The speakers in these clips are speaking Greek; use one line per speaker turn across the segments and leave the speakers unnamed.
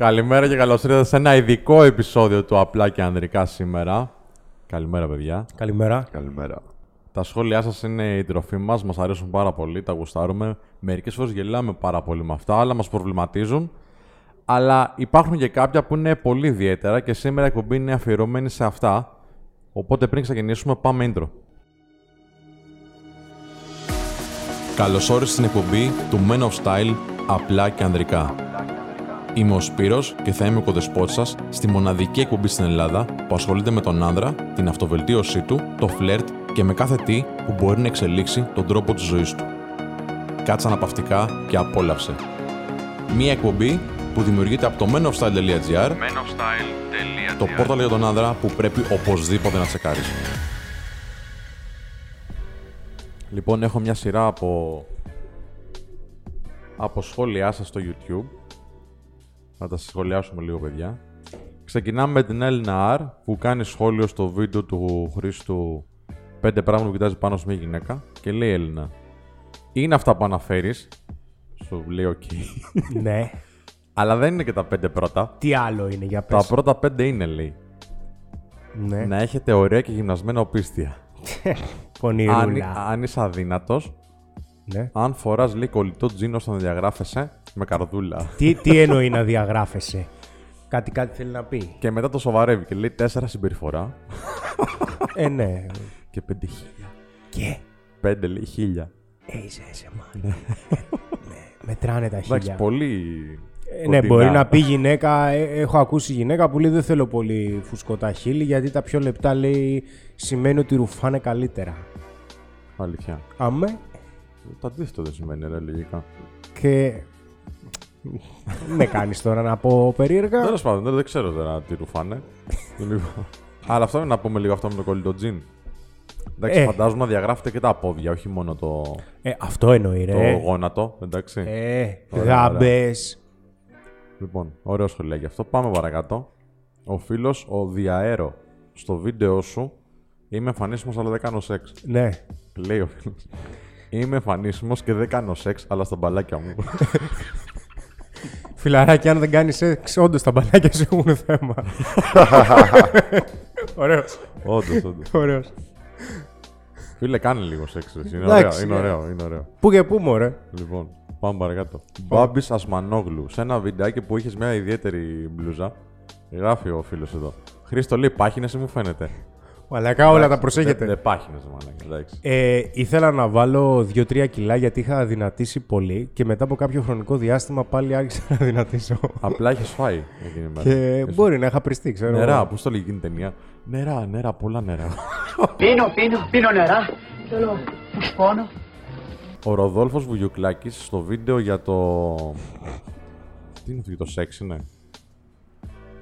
Καλημέρα και καλώς ήρθατε σε ένα ειδικό επεισόδιο του Απλά και Ανδρικά σήμερα. Καλημέρα, παιδιά.
Καλημέρα.
Καλημέρα.
Τα σχόλιά σας είναι η τροφή μας, μας αρέσουν πάρα πολύ, τα γουστάρουμε. Μερικές φορές γελάμε πάρα πολύ με αυτά, άλλα μας προβληματίζουν. Αλλά υπάρχουν και κάποια που είναι πολύ ιδιαίτερα και σήμερα η εκπομπή είναι αφιερωμένη σε αυτά. Οπότε πριν ξεκινήσουμε, πάμε intro. Καλώς όρισες στην εκπομπή του Men of Style Απλά και Ανδρικά. Είμαι ο Σπύρος και θα είμαι ο κοδεσπότη σας στη μοναδική εκπομπή στην Ελλάδα που ασχολείται με τον άνδρα, την αυτοβελτίωσή του, το φλερτ και με κάθε τι που μπορεί να εξελίξει τον τρόπο της ζωής του. Κάτσε αναπαυτικά και απόλαυσε. Μία εκπομπή που δημιουργείται από το menofstyle.gr, το πόρταλ για τον άνδρα που πρέπει οπωσδήποτε να τσεκάρεις. Λοιπόν, έχω μια σειρά από, από σχόλιά σας στο YouTube. Να τα σχολιάσουμε λίγο, παιδιά. Ξεκινάμε με την Έλληνα Αρ που κάνει σχόλιο στο βίντεο του Χρήστου πέντε πράγματα που κοιτάζει πάνω σε μια γυναίκα και λέει Έλληνα. Είναι αυτά που αναφέρεις. Σου λέει οκ.
ναι.
Αλλά δεν είναι και τα πέντε πρώτα.
Τι άλλο είναι για
Τα
πες.
πρώτα πέντε είναι, λέει.
Ναι.
Να έχετε ωραία και γυμνασμένα οπίστια. Αν,
Πονηρούλα.
αν είσαι αδύνατος,
Ναι.
αν φοράς λίγο κολλητό τζίνο όταν διαγράφεσαι με καρδούλα.
τι, τι εννοεί να διαγράφεσαι. Κάτι, κάτι θέλει να πει.
Και μετά το σοβαρεύει και λέει τέσσερα συμπεριφορά
ε, ναι.
και πέντε χίλια.
Και.
Πέντε λέει χίλια.
Ε, είσαι, είσαι μάλλον. ναι. Μετράνε τα
Εντάξει,
χίλια.
πολύ.
Ε, ναι,
κοντινά.
μπορεί να πει γυναίκα. ε, έχω ακούσει γυναίκα που λέει δεν θέλω πολύ φουσκωτά χείλη γιατί τα πιο λεπτά λέει σημαίνει ότι ρουφάνε καλύτερα.
Αλήθεια.
Αμέ.
Το αντίθετο δεν σημαίνει, ρε, λογικά.
Και. με κάνεις τώρα να πω περίεργα.
Τέλος πάντων, δεν, δεν ξέρω τώρα τι ρουφάνε. Λοιπόν. Αλλά αυτό είναι να πούμε λίγο αυτό με το κολλητό τζιν. Εντάξει,
Ε.
φαντάζομαι να διαγράφετε και τα πόδια, όχι μόνο το,
ε, αυτό εννοεί,
το
ρε.
γόνατο. Εντάξει.
Ε,
Ωραία,
γάμπες.
Λοιπόν, ωραίο σχολείο γι' αυτό. Πάμε παρακάτω. Ο φίλος, ο Διαέρο, στο βίντεο σου είμαι εμφανίσιμος αλλά δεν κάνω σεξ.
Ναι.
Λέει ο φίλος. Είμαι εμφανίσιμος και δεν κάνω σεξ, αλλά στα μπαλάκια μου.
Φιλαράκι, αν δεν κάνει σεξ, όντως τα μπαλάκια σου έχουν θέμα. Ωραίος.
όντως, όντως.
Ωραίος.
Φίλε, κάνε λίγο σεξ. Εσύ. Είναι
Εντάξει,
ωραίο, είναι
ε.
ωραίο, είναι ωραίο.
Πού και πού, μωρέ.
Λοιπόν, πάμε παρακάτω. Μπάμπης Ασμανόγλου. Σε ένα βιντεάκι που είχε μια ιδιαίτερη μπλούζα. Γράφει ο φίλος εδώ. Χρήστο λέει πάχινε ή μου φαίνεται.
Μαλακά όλα τα
Δεν,
προσέχετε.
δεν πάχινε, μαλάκα. Εντάξει.
Ε, ήθελα να βάλω 2-3 κιλά γιατί είχα δυνατήσει πολύ και μετά από κάποιο χρονικό διάστημα πάλι άρχισα να δυνατήσω.
Απλά είχες φάει εκείνη Ε, η μέρα.
και μπορεί να είχα πριστεί, ξέρω.
Νερά,
εγώ.
πώς το λέει εκείνη η ταινία. Νερά, νερά, πολλά νερά.
Πίνω, πίνω, πίνω νερά. Θέλω που σπώνω.
ο Ροδόλφος Βουγιουκλάκης στο βίντεο για το. Τι είναι αυτό για το σεξ, είναι.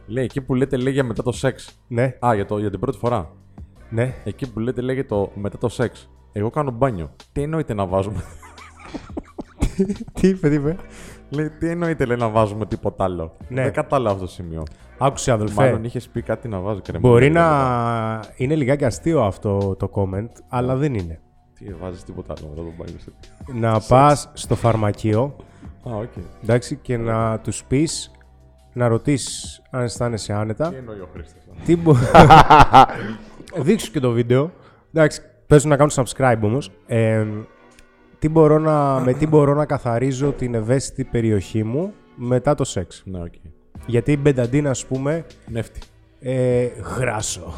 Λέει εκεί που λέτε λέει για μετά το σεξ.
Ναι,
Α, για, το, για την πρώτη φορά.
ναι.
Εκεί που λέτε λέγεται το μετά το σεξ. Εγώ κάνω μπάνιο. Τι εννοείται να βάζουμε.
Τι είπε, τι είπε.
λέει, τι εννοείται λέει, να βάζουμε τίποτα άλλο.
Ναι.
Δεν κατάλαβα αυτό το σημείο.
Άκουσε, αδελφέ.
Μάλλον είχες πει κάτι να βάζει κρεμμύδι.
Μπορεί να είναι λιγάκι αστείο αυτό το comment, αλλά δεν είναι.
Τι βάζεις τίποτα άλλο μετά το μπάνιο. σου.
Να πας στο φαρμακείο
Α, οκ.
εντάξει, και να τους πεις, να ρωτήσεις αν αισθάνεσαι
Τι
άνετα.
εννοεί ο Χρήστος.
Τι μπο... Δείξου και το βίντεο. Εντάξει, παίζουν να κάνουν subscribe όμως. Ε, τι μπορώ να, με τι μπορώ να καθαρίζω την ευαίσθητη περιοχή μου μετά το σεξ.
Ναι, οκ.
Γιατί η μπενταντίνα, ας πούμε,
Νεύτη.
ε, γράσο.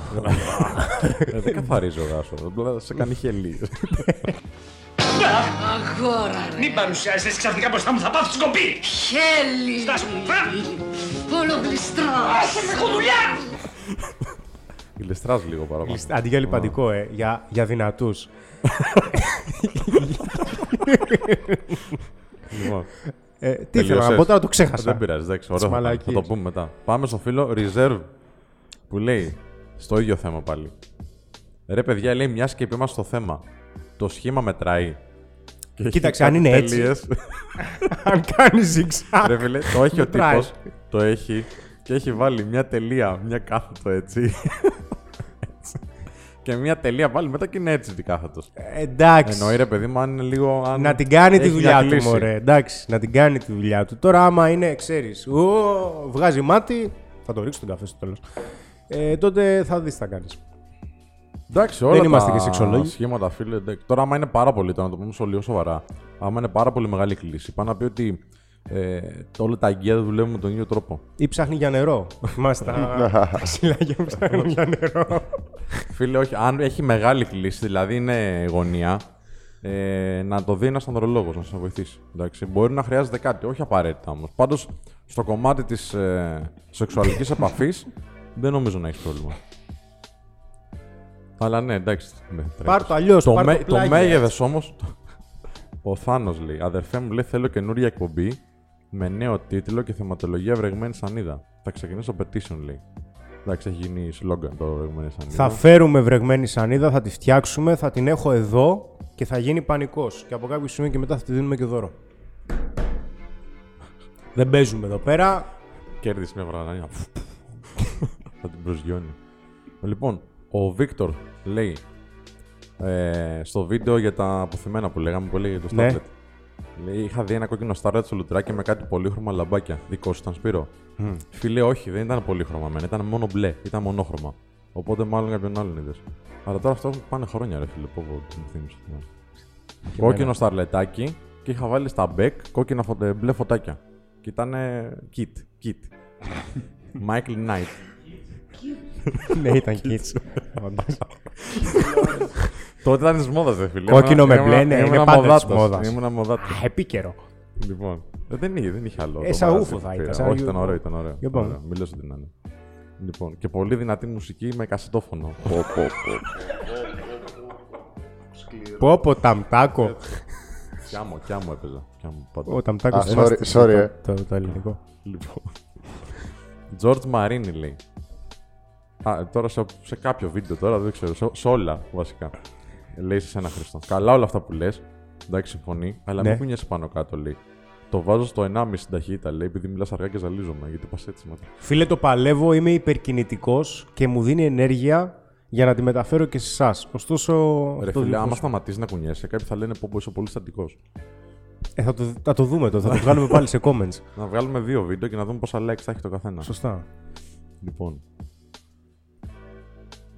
Ε, Δεν καθαρίζει ο γάσο. Απλά σε κάνει χελί.
Μην παρουσιάζεσαι ξαφνικά μπροστά μου, θα πάθω σκοπή!
Χέλι.
Στάσου, φρά!
Πολλογλιστρά.
Άσε με, έχω δουλειά!
Γλιστρά λίγο παραπάνω.
Αντί για λιπαντικό, ε, για, για δυνατούς.
Λοιπόν,
Ε, τι ήθελα να
Τελείωσες.
πω τώρα, το ξέχασα.
Δεν πειράζει, εντάξει. ωραίο θα πάμε. Θα το
μαλακίες.
πούμε μετά. Πάμε στο φίλο Reserve που λέει στο ίδιο θέμα πάλι. Ρε παιδιά, λέει μιας και είμαστε στο θέμα. Το σχήμα μετράει. Και
Κοίταξε,
έχει
αν είναι
κάτι
έτσι. Αν κάνει zigzag.
Ρε φίλε, το έχει ο
Μετράει.
τύπος. Το έχει. Και έχει βάλει μια τελεία, μια κάθετο έτσι. Έτσι. και μια τελεία πάλι μετά και είναι έτσι δικάθατο.
Εντάξει.
Εννοεί ρε παιδί μου, αν είναι λίγο. Αν
Να την κάνει τη
έχει μια
δουλειά του,
κλίση.
μωρέ. Εντάξει, να την κάνει τη δουλειά του. Τώρα, άμα είναι, ξέρεις, βγάζει μάτι, θα το ρίξω τον καφέ στο τέλος. Ε, τότε θα δεις τι θα κάνεις.
Εντάξει, όλα
είμαστε
τα
και σεξολόγοι.
Σχήματα, φίλε. εντάξει. Τώρα, άμα είναι πάρα πολύ, τώρα να το πούμε σο- λίγο σοβαρά. Άμα είναι πάρα πολύ μεγάλη κλίση, πάει να πει ότι ε, το- όλα τα αγκαία δεν δουλεύουν με τον ίδιο τρόπο.
Ή ψάχνει για νερό. Θυμάστε τα ξυλάκια που ψάχνουν για νερό.
Φίλε, όχι, αν έχει μεγάλη κλίση, δηλαδή είναι γωνία, ε, να το δει ένας ανδρολόγος να σα βοηθήσει. Εντάξει. Μπορεί να χρειάζεται κάτι, όχι απαραίτητα όμως. Πάντως, στο κομμάτι της ε, σεξουαλικής επαφής, δεν νομίζω να έχεις πρόβλημα. Αλλά ναι, εντάξει. ναι,
Πάρ'
τρέχεις.
το αλλιώς,
Το,
πάρ' το
μέ- το
πλάγιο.
μέγεθος όμως. Ο Θάνος λέει: Αδερφέ μου, λέει, θέλω καινούργια εκπομπή με νέο τίτλο και θεματολογία βρεγμένη σανίδα. Θα ξεκινήσω petition, λέει. Εντάξει, έχει γίνει σλόγγαν το βρεγμένη σανίδα.
θα φέρουμε βρεγμένη σανίδα, θα τη φτιάξουμε, θα την έχω εδώ και θα γίνει πανικός. Και από κάποιο σημείο και μετά θα τη δίνουμε και δώρο. Δεν παίζουμε εδώ πέρα.
Κέρδισε μια βραδιά. θα την προσγειώνει. Λοιπόν, ο Βίκτορ λέει ε, στο βίντεο για τα αποθυμένα που λέγαμε που έλεγε το
Ναι.
Starlet. Λέει, είχα δει ένα κόκκινο Starlet στο λουτράκι με κάτι πολύχρωμα λαμπάκια. Δικό σου ήταν Σπύρο. Φίλε, όχι, δεν ήταν πολύχρωμα μεν, ήταν μόνο μπλε, ήταν μονόχρωμα. Οπότε μάλλον κάποιον άλλον είδες. Αλλά τώρα αυτό πάνε χρόνια, ρε φίλε, πω, πω, τι μου θύμισε. Κόκκινο σταρλετάκι και είχα βάλει στα μπέκ κόκκινα φωτε- μπλε φωτάκια. Και ήταν kit. Kit. Michael Knight.
ναι, ήταν κίτσο.
Τότε ήταν της μόδας, δε φίλε.
Κόκκινο
Ήμουνα-
με μπλε,
ήμουνα-
ναι,
ήμουνα
είναι πάντα της
μοδάτος.
μόδας.
Ήμουνα μοδάτος.
Επίκαιρο.
Λοιπόν. ε, Δεν είχε, δεν είχε άλλο.
Ε, σαν
Το
ούφο θα
πήρα.
ήταν, σαν
Όχι,
γιου-
ήταν ωραίο, ήταν ωραίο.
Για πάμε.
Ωραίο. Μην λες ότι να είναι. Λοιπόν, και πολύ δυνατή μουσική με κασετόφωνο.
Πω πω ταμτάκο.
Κιάμο, κιάμο έπαιζα. Κιάμο, πάντα.
Ο ταμτάκο.
Α, sorry, sorry, ε.
Το, το ελληνικό.
Λοιπόν. George Marini λέει. Α, τώρα σε, σε κάποιο βίντεο τώρα, δεν ξέρω. Σε, σε όλα βασικά. Λέει σε ένα Χρήστο. Καλά όλα αυτά που λες. Εντάξει, συμφωνεί. Αλλά
Ναι.
μην κουνιέσαι πάνω κάτω, λέει. Το βάζω στο 1,5 στην ταχύτητα, λέει, επειδή μιλάς αργά και ζαλίζομαι. Γιατί πας έτσι μετά.
Φίλε, το παλεύω, είμαι υπερκινητικός και μου δίνει ενέργεια για να τη μεταφέρω και σε εσάς. Ωστόσο.
Ρε
το
φίλε,
δικό
άμα
σου-
σταματήσεις να κουνιέσαι, κάποιοι θα λένε πω πω, είσαι πολύ στατικός.
ε, θα, το, θα το δούμε τώρα, θα το βγάλουμε πάλι σε comments.
Να βγάλουμε δύο βίντεο και να δούμε πόσα likes θα έχει το καθένα.
Σωστά.
Λοιπόν.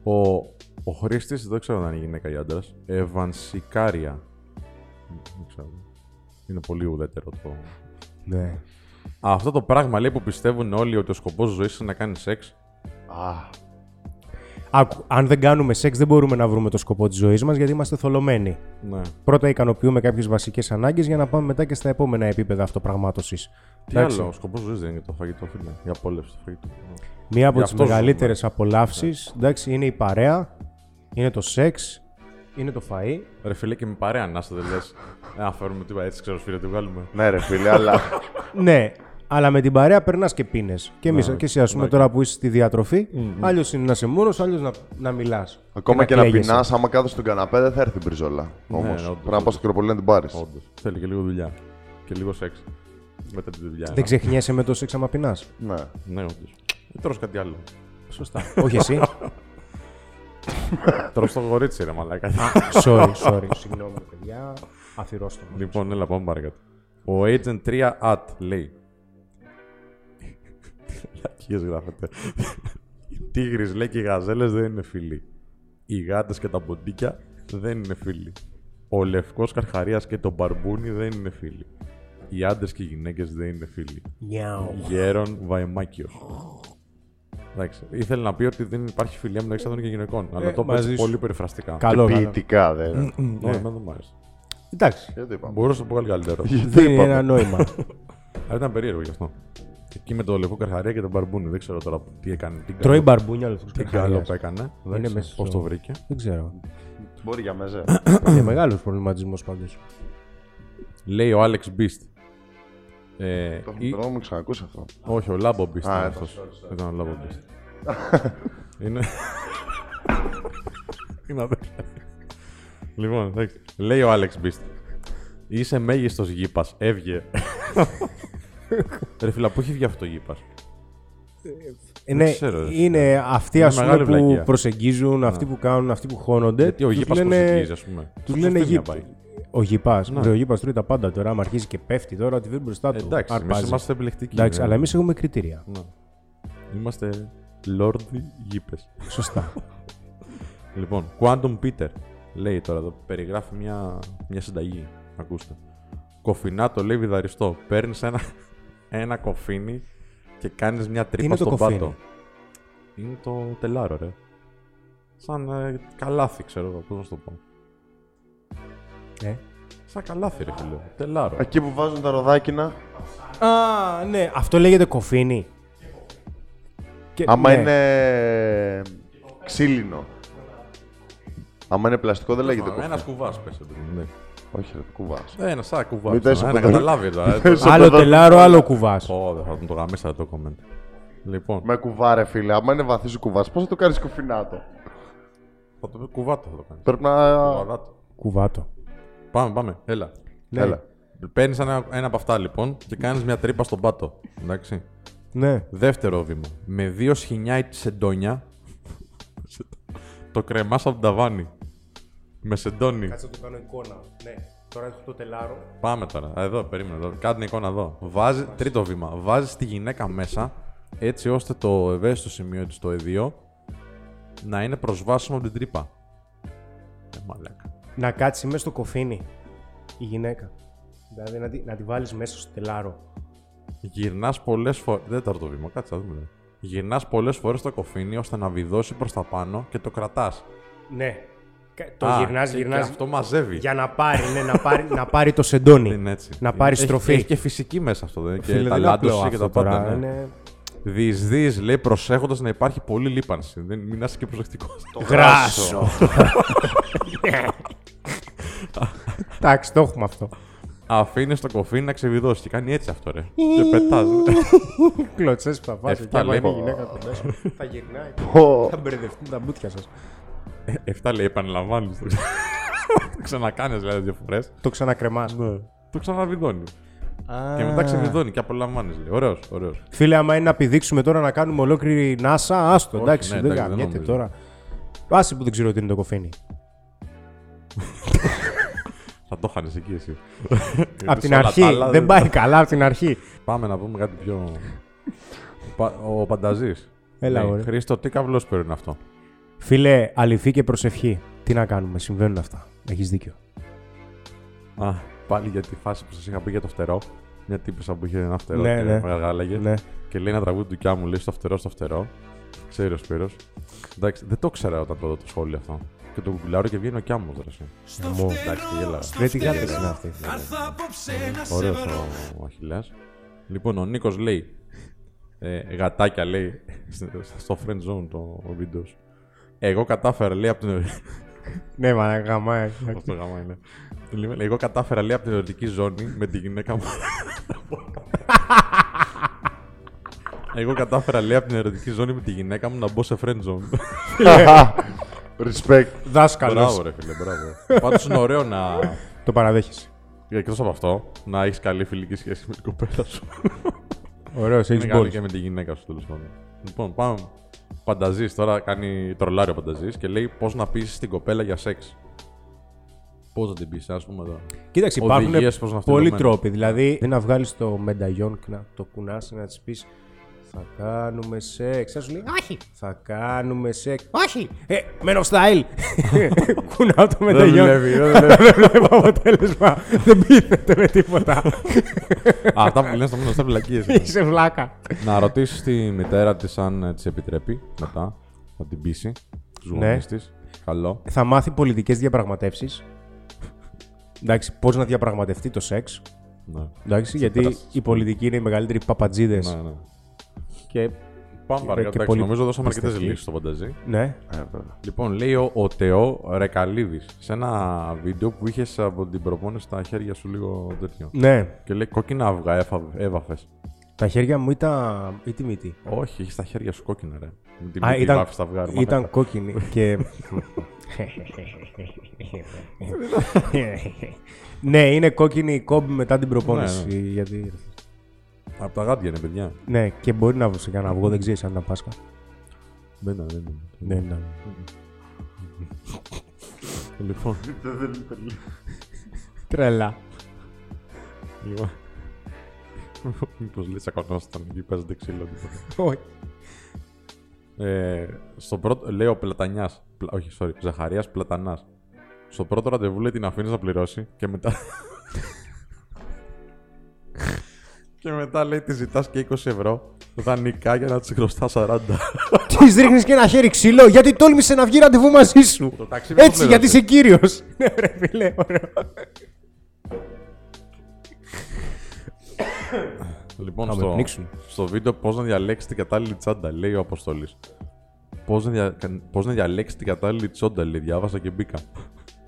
Ο, ο Χρήστης, δεν ξέρω αν είναι γυναίκα ή άντρας. Ευανσικάρια. Δεν ξέρω. Είναι πολύ ουδέτερο το.
Ναι.
Αυτό το πράγμα λέει που πιστεύουν όλοι ότι ο σκοπός ζωής είναι να κάνει σεξ.
Α,
Άκου, αν δεν κάνουμε σεξ, δεν μπορούμε να βρούμε το σκοπό της ζωής μας γιατί είμαστε θολωμένοι.
Ναι.
Πρώτα ικανοποιούμε κάποιες βασικές ανάγκες για να πάμε μετά και στα επόμενα επίπεδα αυτοπραγμάτωσης.
Τι άλλο, ο σκοπός ζωής δεν είναι το φαγητό, φίλε. Η απόλαυση του φαγητού.
Μία από
Γι'
τις
αυτό ζούμε.
μεγαλύτερες απολαύσει είναι η παρέα, είναι το σεξ, είναι το φαΐ.
Ρε φίλε και με παρέα να είσαι, δεν λες. Να φέρουμε τίποτα έτσι, ξέρω, φίλε, τι βγάλουμε.
ναι ρε φίλε, αλλά
Ναι, αλλά με την παρέα περνάς και πίνες. Και, εμείς, και εσύ, ας πούμε, τώρα που είσαι στη διατροφή, άλλος είναι να είσαι μόνο, άλλος να, να μιλάς.
ακόμα και να
κλαίγεσαι.
πεινάς, άμα κάθεσαι στον καναπέ δεν θα έρθει μπριζόλα. Όμω
ναι, όντως,
πρέπει να πα στο κροπολί να την πάρεις.
Όντως. Θέλει και λίγο δουλειά. Και λίγο σεξ. Μετά τη δουλειά.
Δεν ξεχνιέσαι με το σεξ άμα πεινάς.
Ναι.
Ναι, όντως. Ή τρως κάτι άλλο. Σωστά.
Όχι εσύ.
Τρως το γορίτσι, ρε μαλάκα.
sorry, sorry. Συγγνώμη, παιδιά. Αθυρώστε με.
λοιπόν, έλα, πάμε παρακάτω. Ο Agent 3 at λέει. Τι λακίες γράφετε. Οι τίγρης λέει και οι γαζέλες δεν είναι φίλοι. Οι γάτες και τα μποντίκια δεν είναι φίλοι. Ο λευκός καρχαρίας και το μπαρμπούνι δεν είναι φίλοι. Οι άντρες και οι γυναίκες δεν είναι φίλοι.
Νιάου.
Γέρον Βαϊμάκιος. Εντάξει. Ήθελε να πει ότι δεν υπάρχει φιλία μεταξύ ανδρών και γυναικών. Αλλά το είπε
Ε, μαζί
έτσι
σου.
πολύ περιφραστικά.
Καλό, καλό.
Ποιητικά δεν.
Ναι, εμένα δεν μου άρεσε.
Εντάξει.
Γιατί είπαμε.
Μπορούσα να πω κάτι καλύτερο.
Δεν είναι ένα νόημα.
Αλλά ήταν περίεργο γι' αυτό. Εκεί με το λευκό καρχαρία και τον μπαρμπούνι. Δεν ξέρω τώρα τι έκανε. Τι
Τρώει
καλό-
μπαρμπούνια λεφτό.
Τι καλό που έκανε. Δεν ξέρω
μέσα
πώς
στο-
το βρήκε.
Δεν ξέρω.
Μπορεί για μεζέ.
Είναι μεγάλος προβληματισμός πάντως.
Λέει ο Άλεξ Μπίστ. Ε,
Το
ή-
έχω μου ξανακούσει αυτό.
όχι, ο Λάμπο Μπίστ.
Α,
ήταν
αυτό,
αυτός. Ήταν ο Λάμπο Μπίστ. Είναι. Είναι αδέρφια. Λοιπόν, εντάξει. Λέει ο Άλεξ Μπίστ. Είσαι μέγιστος γήπας. Έβγε. Ρε φίλα, πού έχει βγει αυτό το γήπα.
Ε, ναι,
ξέρω, ρε.
είναι αυτοί
Είναι
ας πούμε,
μεγάλη
που
βλακεία. Ναι.
προσεγγίζουν, αυτοί που κάνουν, αυτοί που χώνονται.
Γιατί ο
Τους
γήπας
λένε-
προσεγγίζει, ας πούμε.
Τους
Στους
λένε
στέλνει να
γήπ-
πάει. Ναι.
Ο γήπας. Ο γήπας τρώει τα πάντα τώρα. Άμα αρχίζει και πέφτει τώρα, ότι βγει μπροστά του.
Εντάξει, εμείς
Αρπάζει.
είμαστε επιλεκτικοί,
Εντάξει,
ναι.
αλλά εμείς έχουμε κριτήρια.
Είμαστε λόρδι γήπες.
Σωστά.
Λοιπόν, Quantum Peter λέει τώρα εδώ, περιγράφει μια, μια συνταγή. Ακούστε. Κοφινά το λέει βιδαριστό. Παίρνεις ένα, ένα κοφίνι και κάνεις μια τρύπα
είναι το
στον
κοφίνι?
πάτο. Είναι το τελάρο, ρε. Σαν ε, καλάθι, ξέρω εγώ, πώς να σου το πω.
ε.
Σαν καλάθι, ρε φίλε. Τελάρο.
Εκεί που βάζουν τα ροδάκινα.
Α, ναι, αυτό λέγεται κοφίνι. Και-
Άμα
ναι.
είναι ξύλινο. Άμα είναι πλαστικό δεν λέγεται κόκκινο.
Ένας κουβάς, πες.
Όχι, ρε, κουβάς.
ναι. Ένα σαν κουβάς.
Μην τα είσαι
Να
παιδό-
καταλάβει ε, τώρα.
Μην τα είσαι
Άλλο
παιδό-
τελάρο, άλλο κουβάς.
Ω, δεν θα μου το γαμίσατε το comment. Λοιπόν,
Με κουβά, ρε φίλε. Άμα είναι βαθύς σου κουβάς, πώς θα το κάνεις κοφινάτο.
θα το κουβάτο θα το κάνεις.
Πρέπει να.
Κουβαδάτο.
Κουβάτο.
Πάμε, πάμε. Έλα.
Ναι.
Έλα.
Παίρνεις ένα, ένα από αυτά λοιπόν και κάνεις μια τρύπα στον πάτο. Εντάξει.
Ναι.
Δεύτερο βήμα. Με δύο σχοινιά ή σεντόνια το κρεμάς από την ταβάνι. Με σεντόνι.
να το κάνω εικόνα. Ναι. Τώρα έχω το τελάρο.
Πάμε τώρα. Εδώ, περίμενε. Εδώ. Κάτω την εικόνα εδώ. Βάζει, τρίτο βήμα. Βάζει τη γυναίκα μέσα έτσι ώστε το ευαίσθητο σημείο της, το εδίο, να είναι προσβάσιμο από την τρύπα. Ε, μαλάκα.
Να κάτσει μέσα στο κοφίνι η γυναίκα. Δηλαδή να τη, να τη βάλεις μέσα στο τελάρο.
Γυρνάς πολλές φορέ. Τέταρτο βήμα, κάτσε να δούμε. Γυρνάς πολλές φορές το κοφίνι ώστε να βιδώσει προς τα πάνω και το κρατάς.
Ναι. Κα- Το γυρνά, γυρνά.
Αυτό μαζεύει.
Για να πάρει, ναι, να πάρει, να πάρει το σεντόνι.
Είναι έτσι.
Να πάρει
Έχει-
στροφή.
Έχει και φυσική μέσα αυτό. Δεν είναι και
Φίλε,
τα
δεν είναι απλό
λάντωση και
αυτό
τα πάντα.
τώρα,
ναι.
είναι-
Διεισδύεις, λέει προσέχοντας να υπάρχει πολλή λίπανση. Δεν, μην είσαι και προσεκτικός.
Γράσο. Εντάξει, το έχουμε αυτό.
Αφήνει το κοφίνι να ξεβιδώσει και κάνει έτσι αυτό, ρε. και πετάς.
Κλωτσές που θα βάζει.
Εφτά λέμε.
κοντά σου, θα γυρνάει.
Πω.
Θα μπερδευτούν τα μπούτια σας.
Εφτά λέει, επαναλαμβάνεις. Το ξανακάνεις δηλαδή δύο φορές.
Το ξανακρεμάς.
Το ξαναβιδώνει. Και μετά ξεβιδώνει και απολαμβάνεις. Ωραίος, ωραίος.
Φίλε, άμα είναι να πηδήξουμε τώρα να κάνουμε ολόκληρη NASA,
Όχι,
άστο. εντάξει,
ναι,
δεν
εντάξει, δεν
γαμιέται
νομίζω.
τώρα. Άσε που δεν ξέρω τι είναι το κοφίνι.
Θα το χάνεις εκεί εσύ.
Απ' την
Σε όλα τα
αρχή.
άλλα
Δεν πάει καλά απ' την αρχή.
Πάμε να πούμε κάτι πιο. Ο Πα- Ο Πανταζής.
Έλα, ωραία.
Χρήστο, τι καβλός πήρε είναι αυτό.
Φίλε, αληθή και προσευχή. Τι να κάνουμε, συμβαίνουν αυτά. Έχεις δίκιο.
Α, πάλι για τη φάση που σας είχα πει για το φτερό. Μια τύπησα που είχε ένα φτερό
Ναι,
και
ναι.
γαργάλαγε.
Ναι.
Και λέει ένα τραγούδι του Κιά μου, λέει στο φτερό, στο φτερό. Ξέρει ο Σπύρος. Εντάξει, δεν το ξέρα όταν το είδα το σχόλιο αυτό. Και το κουμπιλάρω και βγαίνει ο Κιά μου,
Μου.
Εντάξει, και γέλαγα.
Δεν την γάτα είναι αυτή.
Ωραίο ο Αχιλέα. Λοιπόν, ο Νίκος λέει. Ε, γατάκια λέει στο friend zone το βίντεο. σου. Εγώ κατάφερα, λέει από την ερωτική.
Ναι, μα γαμάει.
Αυτό γάμα είναι. Λέει, Εγώ κατάφερα, λέει από την ερωτική ζώνη με τη γυναίκα μου. Εγώ κατάφερα, λέει από την ερωτική ζώνη με τη γυναίκα μου να μπω σε friend zone.
Respect.
μπράβο,
Δάσκαλο.
ρε φίλε, μπράβο. Πάντως είναι ωραίο να.
Το παραδέχεσαι.
Εκτός από αυτό, να έχεις καλή φιλική σχέση με την κοπέλα σου.
Ωραίος, έχει
Είναι καλό
μπόλ.
και με τη γυναίκα σου τέλος πάντων. Λοιπόν, πάμε. Πανταζής τώρα κάνει τρολάριο πανταζής και λέει πώς να πείσει την κοπέλα για σεξ. Πώς να την πείσει, ας πούμε εδώ.
Κοίταξε, υπάρχουν
Οδηγίες προς να
πολλοί
φτιαγμένοι.
τρόποι. Δηλαδή, δεν να βγάλεις το μενταγιόν και να το κουνάς να της πεις Θα κάνουμε σεξ. Θα σου λέει Όχι. Θα κάνουμε σεξ. Όχι. Ε, μένω style. Κουνάω το μενταγιόν.
δουλεύει, δεν
Δεν βλέπω αποτέλεσμα. Δεν πείθεται με τίποτα.
Α, Αυτά που λένε στο μήνυμα στα βλακίες.
Είσαι βλάκα.
να ρωτήσεις τη μητέρα της αν της επιτρέπει μετά να την πείσει. Τους
Ναι.
γονείς της. Καλό.
Θα μάθει πολιτικές διαπραγματεύσεις. Εντάξει, πώς να διαπραγματευτεί το σεξ.
Ναι.
Εντάξει, γιατί
πέρασες.
οι πολιτικοί είναι οι μεγαλύτεροι παπατζίδες.
Ναι, ναι. Και πάμε
και
παρακάτω. Εντάξει,
πολύ
Νομίζω δώσαμε αρκετέ
πιστευτή.
λύσεις στο πανταζή.
Ναι.
Ε,
Λοιπόν, λέει ο, ο Τεό Ρεκαλίδης σε ένα βίντεο που είχες από την προπόνηση στα χέρια σου λίγο τέτοιο.
Ναι.
Και λέει κόκκινα αυγά έβαφες.
Τα χέρια μου ήταν. ή τη μύτη.
Όχι, είχε τα χέρια σου κόκκινα, ρε. Με την
Α,
μύτη
ήταν,
βάφεις τα αυγά. ρε,
ήταν
μαλάκα.
κόκκινη και... ναι, είναι κόκκινη η κόμπη μετά την προπόνηση.
Ναι,
Γιατί...
Από τα γάντια είναι, παιδιά.
Ναι, και μπορεί να βρει κανένα αυγό, δεν ξέρεις αν ήταν Πάσχα.
Δεν είναι, δεν είναι.
Δεν ήταν.
Λοιπόν.
Τρελά.
λοιπόν. Μήπως λες ακονόσταν εκεί, παίζεται ξύλο. τίποτα.
Όχι.
Ε, στο πρώτο, λέει ο Πλατανιά. όχι, sorry, Ζαχαρίας Πλατανάς. Στο πρώτο ραντεβού λέει την αφήνεις να πληρώσει και μετά. και μετά λέει τη ζητάς και 20 ευρώ δανεικά για να τη χρωστά 40.
Της ρίχνεις και ένα χέρι ξύλο γιατί τόλμησε να βγει ραντεβού μαζί σου.
Το ταξί με το
Έτσι, γιατί
πλήρωσε.
είσαι κύριος. Ναι, ρε φίλε, ωραίο.
λοιπόν,
Θα με
στο,
πνίξουν.
στο βίντεο πώς να διαλέξεις την κατάλληλη τσάντα, λέει ο Αποστολή. Πώς να, δια... πώς να διαλέξεις την κατάλληλη τσόντα, λέει. Διάβασα και μπήκα.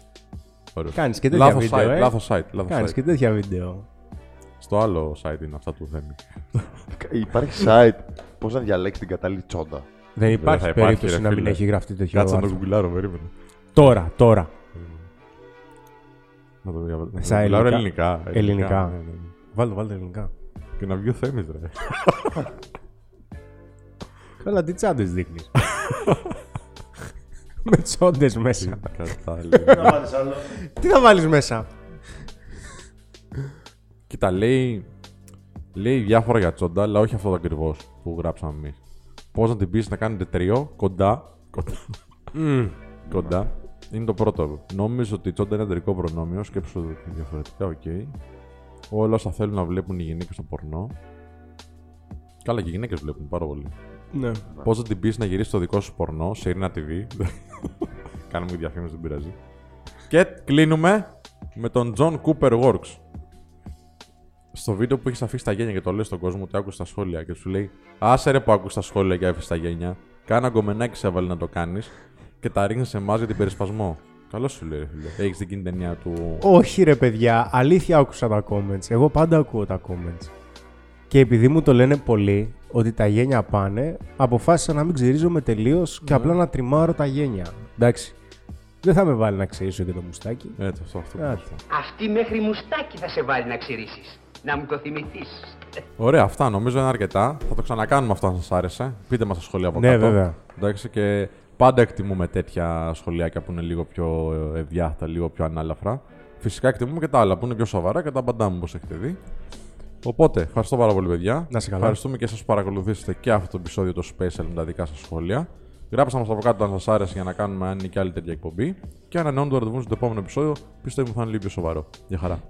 Ωραίο.
Κάνεις και τέτοια
λάθος
βίντεο,
site,
ε.
λάθος site, λάθος
Κάνεις
site.
και τέτοια βίντεο.
Στο άλλο site είναι αυτά του Θέμη.
Υπάρχει site πώς να διαλέξει την κατάλληλη τσόντα.
Δεν υπάρχει
θα υπάρχει,
περίπτωση
ρε
να μην
φίλε.
έχει γραφτεί τέτοιο
Κάτσε να το
άρθρο.
γκουγκλάρω, περίμενε.
Τώρα, τώρα.
Να το διαβάσω.
Στα
Να το γκουγκλάρω
ελληνικά.
ελληνικά.
Ελληνικά.
ναι, ναι, ναι.
Βάλτε, βάλτε ελληνικά.
Και να βγει ο Θέμης, ρε.
Καλά, τι τσάντες δείχνεις. Με τσόντες μέσα.
Κατάλληλα.
Τι θα βάλεις μέσα.
Κοίτα, λέει, λέει διάφορα για τσόντα, αλλά όχι αυτό ακριβώς που γράψαμε εμείς. Πώς να την πεις να κάνετε τριό κοντά. Κοντά. κοντά. Είναι το πρώτο. Νόμιζε ότι η τσόντα είναι αντρικό προνόμιο. Σκέψου το διαφορετικά, οκ. Όλα όσα θέλουν να βλέπουν οι γυναίκες στο πορνό. Καλά, και οι γυναίκες βλέπουν πάρα πολύ.
Ναι.
Πώς θα την πεις να γυρίσεις το δικό σου πορνό σε Ειρήνα TV. Κάνουμε και διαφήμιση, δεν πειράζει. Και κλείνουμε με τον John Cooper Works. Στο βίντεο που έχεις αφήσει τα γένια και το λέει στον κόσμο ότι άκουσες τα σχόλια και σου λέει Άσε ρε που άκουσες τα σχόλια και άφησες τα γένια. Κάνα γκομενάκι σε έβαλε να το κάνεις και τα ρίχνεις σε εμάς για την περισπασμό. Καλό σου λέει, Έχεις την κοινή ταινία του.
Όχι ρε παιδιά, αλήθεια άκουσα τα comments. Εγώ πάντα ακούω τα comments. Και επειδή μου το λένε πολλοί ότι τα γένια πάνε, αποφάσισα να μην ξυρίζομαι τελείως και απλά να τριμάρω τα γένια. Εντάξει. Δεν θα με βάλει να ξυρίσω και το μουστάκι.
Έτσι, αυτό, αυτό.
Κάτι.
Αυτή μέχρι μουστάκι θα σε βάλει να ξυρίσεις. Να μου το θυμηθείς.
Ωραία, αυτά νομίζω είναι αρκετά. Θα το ξανακάνουμε αυτό αν σας άρεσε. Πείτε μας τα σχόλια από
Ναι,
κάτω.
βέβαια.
Εντάξει, και πάντα εκτιμούμε τέτοια σχολιάκια που είναι λίγο πιο ευδιάχτα, λίγο πιο ανάλαφρα. Φυσικά εκτιμούμε και τα άλλα που είναι πιο σοβαρά και τα απαντάμε όπως έχετε δει. Οπότε, ευχαριστώ πάρα πολύ, παιδιά.
Να σε καλά.
Ευχαριστούμε και σας παρακολουθήσετε και αυτό το επεισόδιο το special με τα δικά σας σχόλια. Γράψτε μας από κάτω αν σας άρεσε για να κάνουμε αν είναι και άλλη τέτοια εκπομπή. Και ανανεώνουμε το ραντεβού στο επόμενο επεισόδιο. Πιστεύω θα είναι λίγο πιο σοβαρό. Γεια χαρά.